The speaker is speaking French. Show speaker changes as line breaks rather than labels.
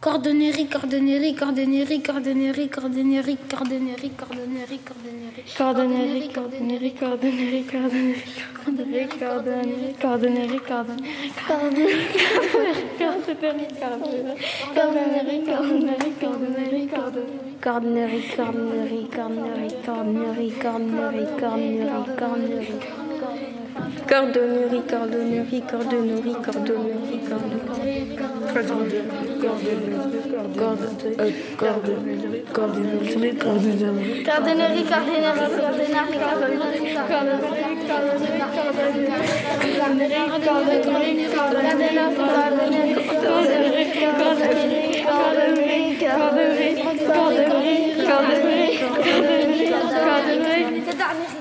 Cordonnerie, cordonnerie, cordonnerie, cordonnerie, cordonnerie, cordonnerie, cordonnerie, cordonnerie.
Cordonnerie, cordonnerie, cordonnerie, cordonnerie, cordonnerie, cordonnerie, cordonnerie, cordonnerie, cordonnerie, cordonnerie, cordonnerie, cordonnerie, cordonnerie, cordonnerie.
Cornerie, cornerie, cornerie, cornerie, cornerie, cornerie, cornerie. Cordonnerie, cordonnerie, cordonnerie, cordonnerie, cordonnerie,
Cordonnerie, cordonnerie, cordonnerie, cordonnerie, cordonnerie.
Cordonnerie, cordonnerie, cordonnerie, cordonnerie, cordonnerie, cordonnerie, cordonnerie, cordonnerie, cordonnerie, cordonnerie, cordonnerie, cordonnerie,